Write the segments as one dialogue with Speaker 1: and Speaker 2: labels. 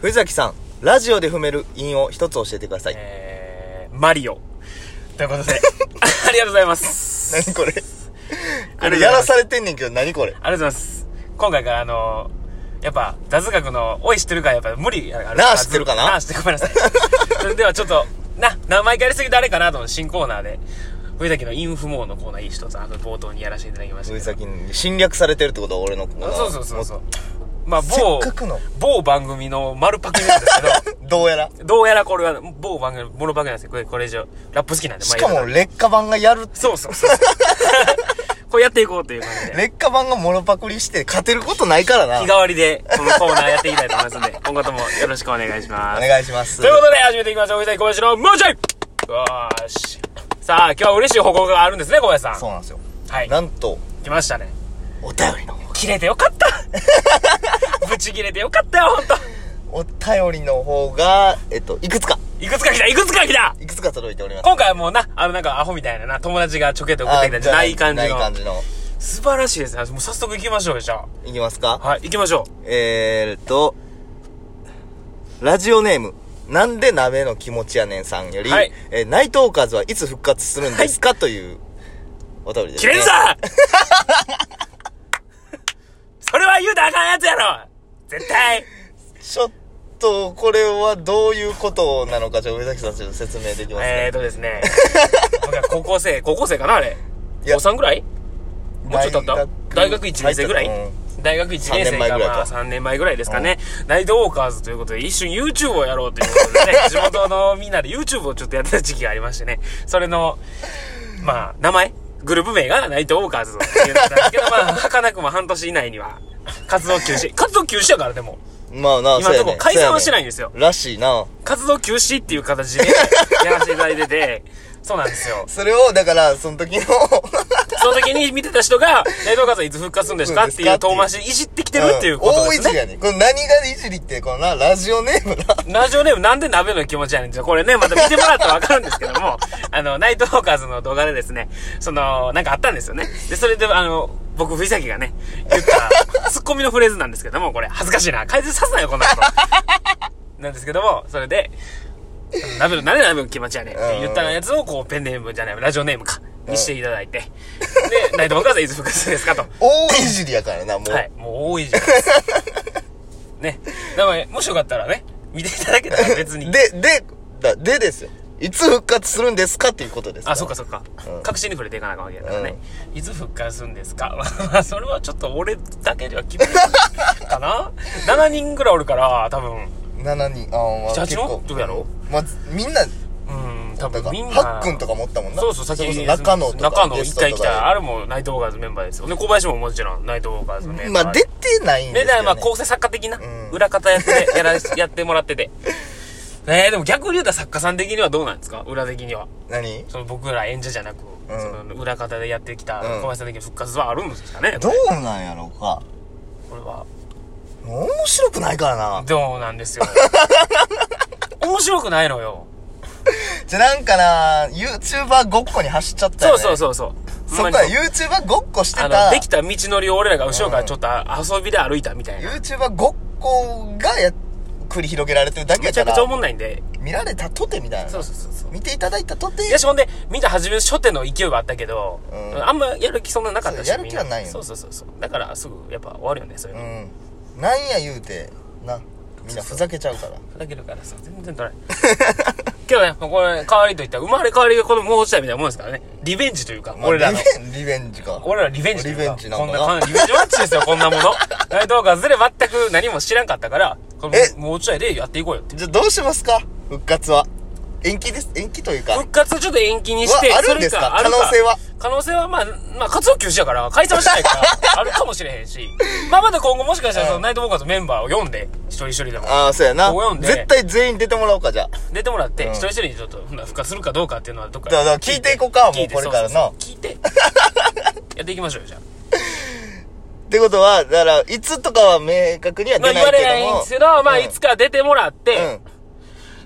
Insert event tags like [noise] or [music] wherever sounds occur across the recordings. Speaker 1: 藤崎さん、ラジオで踏める韻を一つ教えてください。
Speaker 2: えー、マリオ。というこ
Speaker 1: [laughs]
Speaker 2: とで、ありがとうございます。
Speaker 1: 何これこ
Speaker 2: あり
Speaker 1: れや
Speaker 2: がとうございま
Speaker 1: ら
Speaker 2: す
Speaker 1: されてんねんけど、何これ
Speaker 2: ありがとうございます。今回からあのやっぱ、雑学の、おい知ってるかやっぱ無理やから。
Speaker 1: なあ知ってるかな
Speaker 2: なあ知ってるごめんなさい。それではちょっと、な、名前やりすぎてあれかなと思う新コーナーで、上崎のインフモーのコーナーいい一つ、あの、冒頭にやらせていただきましたけ
Speaker 1: 藤
Speaker 2: ど。
Speaker 1: 崎に侵略されてるってことは俺のこの。
Speaker 2: そうそうそうそうう。まあ、
Speaker 1: せっ
Speaker 2: 某
Speaker 1: か、くの。
Speaker 2: 某番組の丸パクなんですけ
Speaker 1: どうやら。
Speaker 2: ど、どうやらこれは、某番組、モノパクなんですよ。これ、これ以上、ラップ好きなんで、
Speaker 1: しか
Speaker 2: まあ
Speaker 1: も、劣化版がやる。
Speaker 2: そうそうそう。 [laughs] これやっていこうという感じで。
Speaker 1: 劣化版がモノパクリして勝てることないからな。
Speaker 2: 日替わりで、このコーナーやっていきたいと思いますので、今後ともよろしくお願いし
Speaker 1: お
Speaker 2: ます。
Speaker 1: 願いします。
Speaker 2: ということで、始めていきましょう。藤井小林のもうちょいよーし。さあ、今日は嬉しい報告があるんですね、小林さん。
Speaker 1: そうなんですよ。
Speaker 2: はい。
Speaker 1: なんと、
Speaker 2: 来ましたね。
Speaker 1: お便りの方。
Speaker 2: 切れてよかった
Speaker 1: [laughs]
Speaker 2: ぶち切れてよかったよ、ほんと。
Speaker 1: お便りの方が、えっと、いくつか、
Speaker 2: いくつか来たいくつか来た
Speaker 1: いくつか届いております。
Speaker 2: 今回はもうな、あのなんかアホみたいなな、友達がちょけて送ってきたんじゃない感じ
Speaker 1: ない
Speaker 2: の。
Speaker 1: 感じの。
Speaker 2: 素晴らしいですね。もう早速行きましょうよ、じゃ
Speaker 1: いきます
Speaker 2: あ。
Speaker 1: か。
Speaker 2: はい、行きましょ
Speaker 1: えーっと、ラジオネーム、なんで鍋の気持ちやねんさんより、
Speaker 2: はい
Speaker 1: えー内藤和はいつ復活するんですか、というお便り
Speaker 2: う。
Speaker 1: です、
Speaker 2: 切れ
Speaker 1: [laughs]
Speaker 2: るぞそれは言うたらあかんやつやろ絶対
Speaker 1: ちょっと、これはどういうことなのか、ちょ、上崎さんちょっと説明できますか、
Speaker 2: えーとですね。僕は高校生、高校生かなあれ。
Speaker 1: いや
Speaker 2: 高3ぐらいもうちょっと経った大学1年生ぐらい
Speaker 1: 入ってた
Speaker 2: 大学1年生
Speaker 1: 3年前ぐ
Speaker 2: が
Speaker 1: らいか
Speaker 2: まあ3年前ぐらいですかね。ナイトウォーカーズということで一瞬 YouTube をやろうということでね、地元のみんなで YouTube をちょっとやってた時期がありましてね、それの、まあ、名前、グループ名がナイトウォーカーズっていうんです
Speaker 1: [laughs]
Speaker 2: けど、まあ、儚くも半年以内には活動休止。活動休止やからでも、
Speaker 1: うんまあな、
Speaker 2: 今のところ解散はしない
Speaker 1: い
Speaker 2: んですよ。
Speaker 1: らしいな。
Speaker 2: 活動休止っていう形でやらせていただいてて、そうなんですよ。
Speaker 1: それを、だから、その時の、
Speaker 2: その時に見てた人が、 [laughs] 内藤川さんいつ復活するんですかっていう遠回しいじってきてるっていうこと
Speaker 1: 大
Speaker 2: で
Speaker 1: い
Speaker 2: す
Speaker 1: じり
Speaker 2: ね。
Speaker 1: やねん。この何がいじりって、このな、ラジオネームな。
Speaker 2: ラジオネームなんで鍋の気持ちやねんってこれね、また見てもらったらわかるんですけど [laughs] も、あの、ナイトウォーカーズの動画でですね、その、なんかあったんですよね。で、それで、あの、僕、藤崎がね、言 [laughs] った、ツッコミのフレーズなんですけども、これ、恥ずかしいな。改善させないよ、こんな [laughs] こと。なんですけども、それで、鍋の、なんで鍋の気持ちやねんって言ったやつを、こう、ペンネームじゃない、ラジオネームか、にしていただいて、で、ナイトウォーカーズいつ復活するんですかと。
Speaker 1: 大いじりやからな、もう。
Speaker 2: はい。もう多いじゃないですか。ね。だから、もしよかったらね、見ていただけたら別に。
Speaker 1: で、で、だ、でですよ。いつ復活するんですかっていうことですら
Speaker 2: あ、そっかそっか。
Speaker 1: うん
Speaker 2: 確信に触れていかなあかんわけだからね。いつ復活するんですか [laughs] まあそれはちょっと俺だけでは決めないかな ?7 人ぐらいおるから、多分。
Speaker 1: 7人、あーまあ、
Speaker 2: 社
Speaker 1: 結
Speaker 2: 長
Speaker 1: 構。
Speaker 2: どうやろ
Speaker 1: まあ、みんな、
Speaker 2: うん、多
Speaker 1: だ
Speaker 2: 分
Speaker 1: か
Speaker 2: みん
Speaker 1: ら、
Speaker 2: な。
Speaker 1: ハックンとか持ったもんな。
Speaker 2: そうそう、先
Speaker 1: れこそ
Speaker 2: に。
Speaker 1: 中野とか。
Speaker 2: 中野
Speaker 1: ゲスト
Speaker 2: 一
Speaker 1: とか
Speaker 2: 回来た。あれもナイトウォーカーズメンバーですよ。で、小林ももちろんナイトウォーカーズのメンバー。
Speaker 1: まあ、出てないんで
Speaker 2: です
Speaker 1: けど、ね。
Speaker 2: まあ、構成作家的な、
Speaker 1: ん
Speaker 2: 裏方やって、
Speaker 1: [laughs]
Speaker 2: やらし、やってもらってて。えー、でも逆に言うたら作家さん的にはどうなんですか裏的には。
Speaker 1: 何
Speaker 2: その僕ら演者じゃなく、
Speaker 1: ん
Speaker 2: その裏方でやってきた
Speaker 1: うん
Speaker 2: 小林さん的な復活はあるんですかね、
Speaker 1: どうなんやろうか。
Speaker 2: これは。
Speaker 1: 面白くないからな。
Speaker 2: どうな
Speaker 1: [laughs]
Speaker 2: んですよ。面白くないのよ。
Speaker 1: じゃ、なんかな、YouTuber ごっこに走っちゃった
Speaker 2: そ
Speaker 1: よ、
Speaker 2: う
Speaker 1: ね。
Speaker 2: そう
Speaker 1: う。
Speaker 2: そうそう。
Speaker 1: そ
Speaker 2: ほ
Speaker 1: こ
Speaker 2: んま
Speaker 1: は
Speaker 2: にそう
Speaker 1: YouTuber ごっこして
Speaker 2: あの、
Speaker 1: た
Speaker 2: で、きた道のりを俺らが後ろからちょっと遊びで歩いたみたいな。
Speaker 1: YouTuber ごっこがや、繰り広げられてるだけ
Speaker 2: め
Speaker 1: や
Speaker 2: ちゃ
Speaker 1: か
Speaker 2: く
Speaker 1: ら
Speaker 2: ちゃお、もんないんで。
Speaker 1: 見られたとてみたいな。
Speaker 2: そうそうそうそう。
Speaker 1: 見ていただいたとて、
Speaker 2: よし、ほんで、みんな初め初手の勢いはあったけど、
Speaker 1: うん
Speaker 2: あんまやる気そんななかったし。
Speaker 1: そうやる気はないよ
Speaker 2: みんそうそうそうそう。だから、すぐ、やっぱ終わるよね、そういう
Speaker 1: う
Speaker 2: の。
Speaker 1: ん。なんや言うて、な、みんなふざけちゃう [laughs] から。
Speaker 2: ふざけるからさ、全然 [laughs] 取れない。けどね、これ、代わりといったら、生まれ変わりが子供を落ちたみたいなもんですからね。リベンジというか、
Speaker 1: まあ
Speaker 2: 俺らの
Speaker 1: リ。ベンリベンジか。
Speaker 2: 俺らリベンジとい
Speaker 1: リ
Speaker 2: うか。
Speaker 1: ベンジな
Speaker 2: こ
Speaker 1: の
Speaker 2: ん
Speaker 1: か
Speaker 2: な
Speaker 1: な。
Speaker 2: 感じ、リベンジマッチですよ、こんなもの。大動画ずれ全く何も知らんかったから、この
Speaker 1: え
Speaker 2: もうちょいでやっていこうよって。
Speaker 1: じゃあどうしますか復活は。延期です。延期というか。
Speaker 2: 復活をちょっと延期にして、
Speaker 1: うわあるんですか
Speaker 2: それある
Speaker 1: 可能性は
Speaker 2: 可能性はまあ、まあ、活動休止やから、解散はしてないから、あるかもしれへんし。まあ、まだ今後もしかしたら、その、
Speaker 1: うん
Speaker 2: ナイトウォーカーズメンバーを読んで、一人一人でも。
Speaker 1: ああ、そうやな
Speaker 2: ここ読ん。で
Speaker 1: 絶対全員出てもらおうか、じゃあ。
Speaker 2: 出てもらって、
Speaker 1: うん
Speaker 2: 一人一人にちょっと、ほんなら復活するかどうかっていうのは、どっか
Speaker 1: だから聞いていこうか
Speaker 2: 聞いて
Speaker 1: もうこれからな
Speaker 2: そうそうそう聞いて。やっていきましょうよ、じゃあ。
Speaker 1: ってことは、だから、いつとかは明確には
Speaker 2: まあ
Speaker 1: 出
Speaker 2: 言わ
Speaker 1: ない
Speaker 2: れない
Speaker 1: けど
Speaker 2: ん
Speaker 1: も。
Speaker 2: ですけど、まあ
Speaker 1: うん
Speaker 2: いつか出てもらって、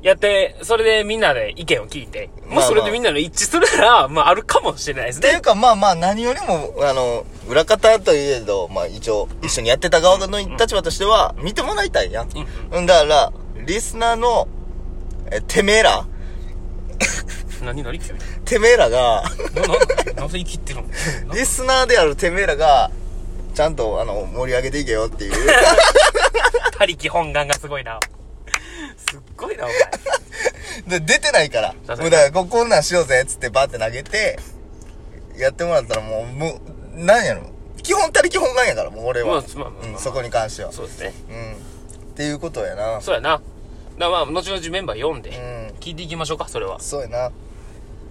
Speaker 2: やって、それでみんなで意見を聞いて、も
Speaker 1: まあま
Speaker 2: し
Speaker 1: あ
Speaker 2: それでみんなの一致するなら、まああるかもしれないです
Speaker 1: ってい
Speaker 2: ね
Speaker 1: う。か、まあまあ、何よりも、あの、裏方といえど、まあ一応、一緒にやってた側の立場としては、見てもらいたいやん。うん、だから、リスナーの、え、てめえら、
Speaker 2: 何何急に。
Speaker 1: てめえらが、
Speaker 2: な、な、なぜ生きてるの
Speaker 1: リスナーであるてめえらが、ちゃんと、あの、盛り上げていけよって
Speaker 2: [laughs]
Speaker 1: いう。
Speaker 2: 他力本願がすごいな。すっごいな、お
Speaker 1: で、
Speaker 2: 前。
Speaker 1: 出てないから。もうだ
Speaker 2: 確
Speaker 1: か
Speaker 2: かに
Speaker 1: ら、ここんなんしようぜ、つってバーって投げて、やってもらったらもう、もう、なんやろ。基本たり基本なんやから、もう俺は。
Speaker 2: まあまあまあまあ
Speaker 1: うん、そこに関しては。
Speaker 2: そうですね。
Speaker 1: うん。っていうことやな。
Speaker 2: そうやな。だからまあ、後々メンバー読んで
Speaker 1: う、
Speaker 2: 聞いていきましょうか、それは。
Speaker 1: そうやな。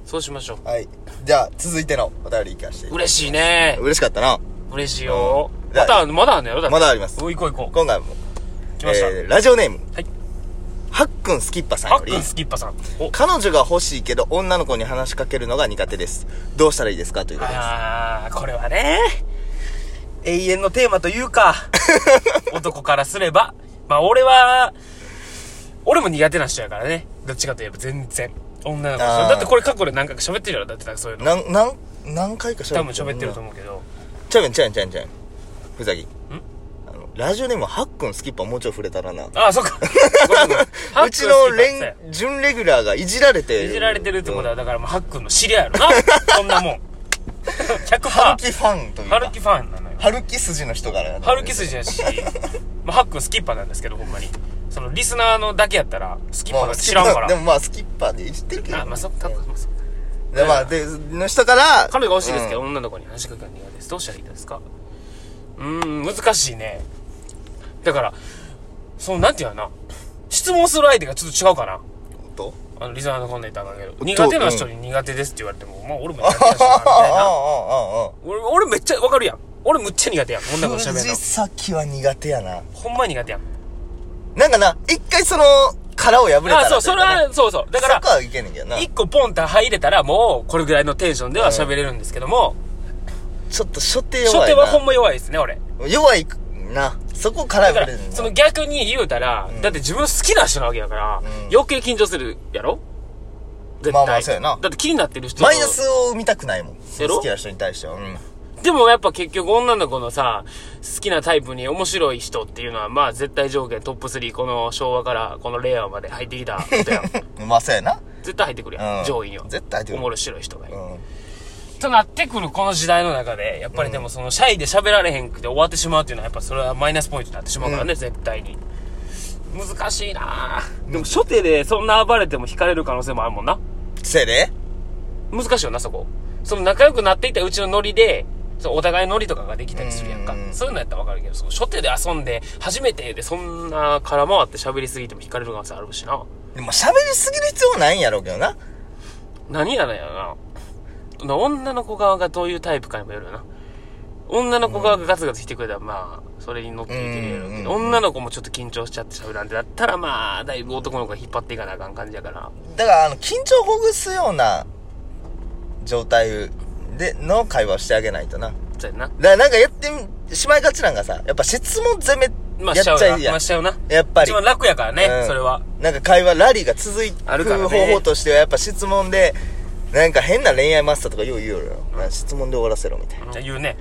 Speaker 2: そうしましょ
Speaker 1: はい。じゃあ、続いてのお便りいかして
Speaker 2: う。。嬉しいね。
Speaker 1: 嬉しかったな。
Speaker 2: 嬉しいよ
Speaker 1: う。ん
Speaker 2: まだ、まだあんのやろだって
Speaker 1: まだあります
Speaker 2: お行こう行こ
Speaker 1: 今回も、
Speaker 2: う。来ました。
Speaker 1: えーラジオネーム。
Speaker 2: はい。
Speaker 1: はっくんスキッパさん
Speaker 2: ハ
Speaker 1: よ
Speaker 2: ッ
Speaker 1: り
Speaker 2: クン、スキッパさん。お、
Speaker 1: 彼女が欲しいけど女の子に話しかけるのが苦手です。どうしたらいいですかということです。
Speaker 2: あー、これはね、永遠のテーマというか、男からすれば、まあ俺は、俺も苦手な人やからね。どっちかといえば全然。女の子。
Speaker 1: あー
Speaker 2: だってこれ過去で何回か喋ってるやろだってなんかそういうの。
Speaker 1: なん、なん、何回か喋って
Speaker 2: 多分喋ってると思うけど。
Speaker 1: ちゃうやんちゃうやんちゃうやんちゃうやんふざぎあのラジオネームはっくんスキッパもうちょい触れたらな
Speaker 2: あー、そっか。 [laughs]
Speaker 1: うちの
Speaker 2: 連
Speaker 1: レン準レギュラーがいじられて
Speaker 2: いじられてるってこと
Speaker 1: は
Speaker 2: は、だからもうハックンの知り合いやろな。そんなもん。100%。
Speaker 1: ハルキファンという
Speaker 2: ハル
Speaker 1: か
Speaker 2: キファンなのよ。
Speaker 1: ハルキ筋の人からやった
Speaker 2: ハルキ筋
Speaker 1: [laughs]
Speaker 2: やし、まあ、ハックンスキッパーなんですけど、ほんまに。その、リスナーのだけやったら、スキッパ
Speaker 1: ま
Speaker 2: ーなん
Speaker 1: あ
Speaker 2: て知らんか
Speaker 1: で
Speaker 2: ら。
Speaker 1: もまあスキッパーでいじってるけど
Speaker 2: あ、まあ、そっか、まあそっか
Speaker 1: でまあでの人から
Speaker 2: 彼女が欲しいですけど、
Speaker 1: うん
Speaker 2: 女の子に話しかけるのが苦手です。どうしたらいいですかうーん、難しいね。だから、その、なんていうのかな。質問する相手がちょっと違うかな。
Speaker 1: と
Speaker 2: あの、リスナーのこんな言ったらあかんけど。
Speaker 1: ん
Speaker 2: 苦手な人に苦手ですって言われても、まあ、俺も苦手
Speaker 1: あ
Speaker 2: な人だな、みた
Speaker 1: [laughs]
Speaker 2: いな。
Speaker 1: あああああ
Speaker 2: 俺、俺めっちゃわかるやん。俺むっちゃ苦手やん。女の子と喋るの
Speaker 1: 藤。崎は苦手やな
Speaker 2: ほんまに苦手やん。
Speaker 1: なんかな一回その殻を破れたら
Speaker 2: あ、そう、それ
Speaker 1: といかね
Speaker 2: は、そうそう。だか
Speaker 1: そこ
Speaker 2: ら、
Speaker 1: はいけんねんけどな
Speaker 2: 一個ポンって入れたらもう、これぐらいのテンションでは喋れるんですけども、
Speaker 1: ちょっと初手弱いな
Speaker 2: 初手はほんま弱いですね、俺。
Speaker 1: 弱いなそこから破
Speaker 2: だか
Speaker 1: れ
Speaker 2: ら
Speaker 1: るん、だ
Speaker 2: その逆に言うたら、だって自分好きな人なわけやから、余計緊張するやろ絶対。
Speaker 1: まあまあそうやな
Speaker 2: だって気になってる人
Speaker 1: マイナスを生みたくないもん
Speaker 2: やろ
Speaker 1: 好きな人に対してはうん
Speaker 2: でもやっぱ結局女の子のさ、好きなタイプに面白い人っていうのは、まあ絶対条件トップ3、この昭和からこの令和まで入ってきたこ
Speaker 1: [laughs]
Speaker 2: とやん。
Speaker 1: まあそうやな
Speaker 2: 絶対入ってくるやん、
Speaker 1: うん
Speaker 2: 上位には
Speaker 1: 絶対入ってくる
Speaker 2: おもろい白い人がいる、
Speaker 1: うん
Speaker 2: となってくるこの時代の中でやっぱりでもそのシャイで喋られへんくて終わってしまうっていうのはやっぱそれはマイナスポイントになってしまうからね、絶対に難しいなぁでも初手でそんな暴れても引かれる可能性もあるもんな
Speaker 1: せいで
Speaker 2: 難しいよなそこその仲良くなっていったうちのノリでそのお互いノリとかができたりするやんか、
Speaker 1: うん
Speaker 2: そういうのやったらわかるけどその初手で遊んで初めてでそんな空回って喋りすぎても引かれる可能性あるしな
Speaker 1: でも喋りすぎる必要はないんやろうけどな
Speaker 2: 何やらやろな。女の子側がどういうタイプかにもよるよな。女の子側がガツガツ来てくれたら、まあ、それに乗っていけるやろうけど、
Speaker 1: うんうん
Speaker 2: 女の子もちょっと緊張しちゃって喋らんでだったら、まあ、だいぶ男の子が引っ張っていかなあかん感じやから。
Speaker 1: だからあの緊張をほぐすような状態での会話をしてあげないとなだか
Speaker 2: そうやな。
Speaker 1: らなんかやってみしまいがちなんかさやっぱ質問攻め
Speaker 2: まあ、
Speaker 1: や
Speaker 2: し
Speaker 1: っ
Speaker 2: ち
Speaker 1: ちゃ
Speaker 2: ゃうな。
Speaker 1: うや
Speaker 2: ま
Speaker 1: ん
Speaker 2: あ、しちゃうな。
Speaker 1: やっぱり
Speaker 2: 一番楽やからね、
Speaker 1: うん
Speaker 2: それは。
Speaker 1: なんか会話ラリーが続い
Speaker 2: あるから
Speaker 1: く
Speaker 2: ね
Speaker 1: 方法としてはやっぱ質問でなんか変な恋愛マスターとかよう言うよな質問で終わらせろみたいな
Speaker 2: じゃあ言うね。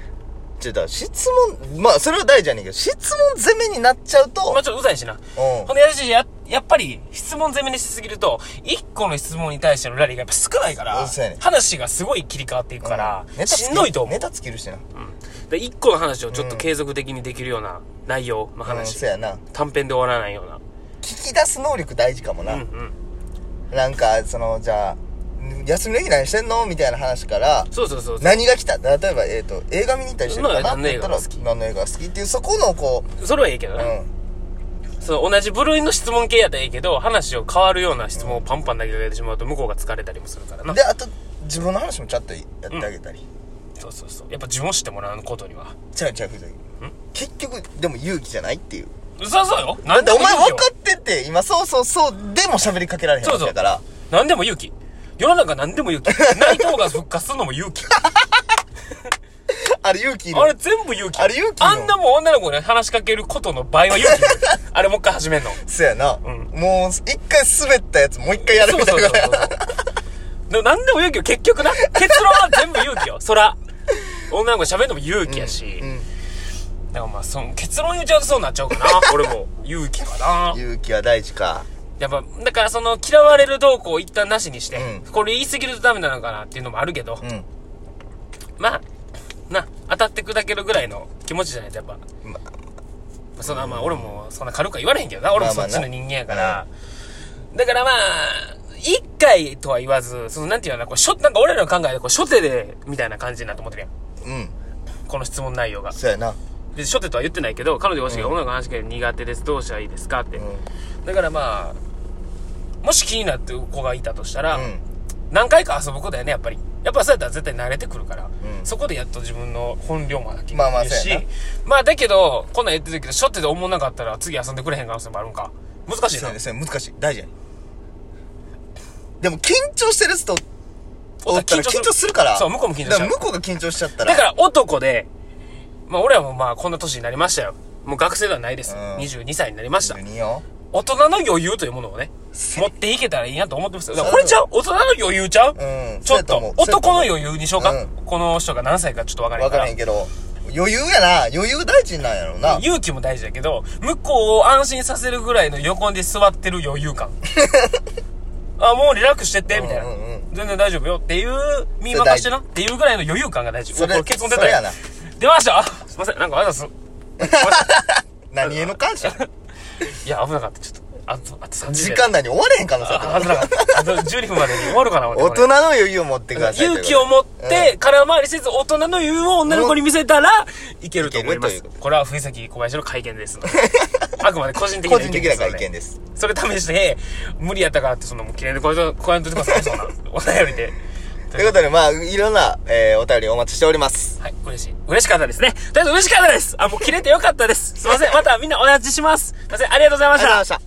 Speaker 1: ちょっと質問、まあ、それは大事やねんけど、質問攻めになっちゃう
Speaker 2: まあ、
Speaker 1: と、
Speaker 2: ちょっとうざいしな。
Speaker 1: うん
Speaker 2: ほんで、やるし、や、やっぱり、質問攻めにしすぎると、一個の質問に対してのラリーがやっぱ少ないから
Speaker 1: そうやね、
Speaker 2: 話がすごい切り替わっていくから
Speaker 1: う、ネタつき
Speaker 2: しんどいと思う
Speaker 1: ネ。タつけるしな。
Speaker 2: で一個の話をちょっと継続的にできるような内容の
Speaker 1: うん、
Speaker 2: 話、
Speaker 1: そうやな。
Speaker 2: 短編で終わらないよう
Speaker 1: 聞き出す能力大事かもな。
Speaker 2: な、うんうん、
Speaker 1: なんか、その、じゃあ、休みの日何してんのみたいな話から、
Speaker 2: そうそうそう
Speaker 1: 何が来た例えば、えっ、と、映画見に行ったりしてるかな
Speaker 2: 何の映画が好き
Speaker 1: って言ったら何の映画が好きっていう、そこの、こ
Speaker 2: それはいいけど
Speaker 1: う、う
Speaker 2: ね、
Speaker 1: ん。
Speaker 2: その同じ部類の質問系やったらいいけど話を変わるような質問をパンパン投げかけてしまうと向こうが疲れたりもするからな
Speaker 1: で、あと、自分の話もちゃんとやってあげたり。
Speaker 2: そうそうそうやっぱ自分を知ってもらうことには
Speaker 1: ちゃうちゃう、ふざけ結局、でも勇気じゃないっていう。
Speaker 2: 嘘そうよ
Speaker 1: だ
Speaker 2: な
Speaker 1: ってお前分かっ
Speaker 2: っ
Speaker 1: てて、今、そうそうそう、でも喋りかけられへんわけだから。
Speaker 2: 何でも勇気
Speaker 1: [laughs]
Speaker 2: 世の中何でも勇気内藤が復活するのも勇気
Speaker 1: あれ勇気いる。
Speaker 2: あれ全部勇気。
Speaker 1: あれ勇気よ
Speaker 2: あんなもん女の子に話しかけることの倍は勇
Speaker 1: [laughs]
Speaker 2: 気いる。あれもう一回始めんの。
Speaker 1: そやな。
Speaker 2: ん
Speaker 1: もう、一回滑ったやつもう一回やるみたいな。
Speaker 2: そうそうそうそう。 [laughs] でも何でも勇気よ、結局な。結論は全部勇気よ。そら。女の子喋るのも勇気やし。
Speaker 1: うん
Speaker 2: だからまあ、その結論言っちゃうとそうなっちゃう
Speaker 1: [laughs]
Speaker 2: かな。俺も。勇気かな。
Speaker 1: 勇気は大事か。
Speaker 2: やっぱ、だからその嫌われる動向を一旦なしにして、
Speaker 1: うん
Speaker 2: これ言い過ぎるとダメなのかなっていうのもあるけど、
Speaker 1: うん。
Speaker 2: まあ、な、当たって砕けるぐらいの気持ちじゃないとやっぱ、
Speaker 1: ま
Speaker 2: そんな、まあ俺もそんな軽くは言われへんけどな、俺もそっちの人間やから。
Speaker 1: まあまあ
Speaker 2: だからまあ、一回とは言わず、そのなんていうのかな、こう、しょ、なんか俺らの考えで、こう、初手で、みたいな感じになって思ってるやん。
Speaker 1: うん。
Speaker 2: この質問内容が。
Speaker 1: そやな。
Speaker 2: で、初手とは言ってないけど、彼女が欲しいから、女の子の話が苦手です、どうしたらいいですかって。
Speaker 1: う
Speaker 2: だからまあ、もし気になってる子がいたとしたら、
Speaker 1: ん。うん。
Speaker 2: 何回か遊ぶ子だよね、やっぱり。やっぱそうやったら絶対慣れてくるから、
Speaker 1: うん
Speaker 2: そこでやっと自分の本領も発揮できるし、
Speaker 1: まあまあそうやな
Speaker 2: まあだけど、こんなん言ってるけど、しょってで思わなかったら次遊んでくれへん可能性もあるんか。難しい
Speaker 1: そ
Speaker 2: な
Speaker 1: うや。それ難しい。大事やねでも緊張してる人おったら緊張するから。
Speaker 2: そう、向こうも緊張しち
Speaker 1: だ
Speaker 2: ゃ
Speaker 1: から
Speaker 2: う
Speaker 1: 向。こうが緊張しちゃったら。
Speaker 2: だから男で、まあ俺はもうまあこんな年になりましたよ。もう学生ではないです。
Speaker 1: うん
Speaker 2: 22歳になりました。
Speaker 1: 何よ。
Speaker 2: 大人の余裕というものをね、持っていけたらいいなと思ってますよ。だからこれちゃう大人の余裕ちゃう、
Speaker 1: うん。
Speaker 2: ちょっと、男の余裕にしようか、
Speaker 1: うん
Speaker 2: この人が何歳かちょっとわから
Speaker 1: 分
Speaker 2: へん
Speaker 1: か
Speaker 2: か。
Speaker 1: ららへんけど。余裕やな。余裕大事なんやろうな。
Speaker 2: 勇気も大事だけど、向こうを安心させるぐらいの横で座ってる余
Speaker 1: [laughs]
Speaker 2: 裕感。あ、もうリラックスしてって、みたいな。
Speaker 1: うんうんうん
Speaker 2: 全然大丈夫よっていう、身任してなっていうぐらいの余裕感が大事。
Speaker 1: それ
Speaker 2: おこ結論出た
Speaker 1: それやな
Speaker 2: 出ましたあすいません、なんかあざっす。
Speaker 1: 何への感謝
Speaker 2: いや、危なかった。ちょっと、あと、あと30
Speaker 1: [laughs]
Speaker 2: 秒。
Speaker 1: 時間内に終われへん可能性
Speaker 2: あ
Speaker 1: [laughs] ある
Speaker 2: 危なかった。あと12分までに終わるかな、俺
Speaker 1: 大人の余裕を持ってください。
Speaker 2: 勇気を持って、空回りせず、大人の余裕を女の子に見せたら、いけると思いま
Speaker 1: いけ
Speaker 2: す
Speaker 1: るという。
Speaker 2: これは藤崎小林の会見ですので。あくまで個人的
Speaker 1: 個
Speaker 2: な意
Speaker 1: 人的
Speaker 2: 見で
Speaker 1: な
Speaker 2: すので。
Speaker 1: 会見です。
Speaker 2: それ試して、無理やったからって、そんなもう嫌いでこうやって、こうやってください、そんな。お便りで。
Speaker 1: ということで、まあ、いろんな、えー、お便りお待ちしております。
Speaker 2: はい、嬉しい。嬉しかったですね。とりあえず嬉しかったですあ、もう切れてよかったです。すいません。またみんなお待ちします。すいません、ありがとうございま
Speaker 1: あ
Speaker 2: し
Speaker 1: りがとうござい
Speaker 2: た
Speaker 1: ま。した。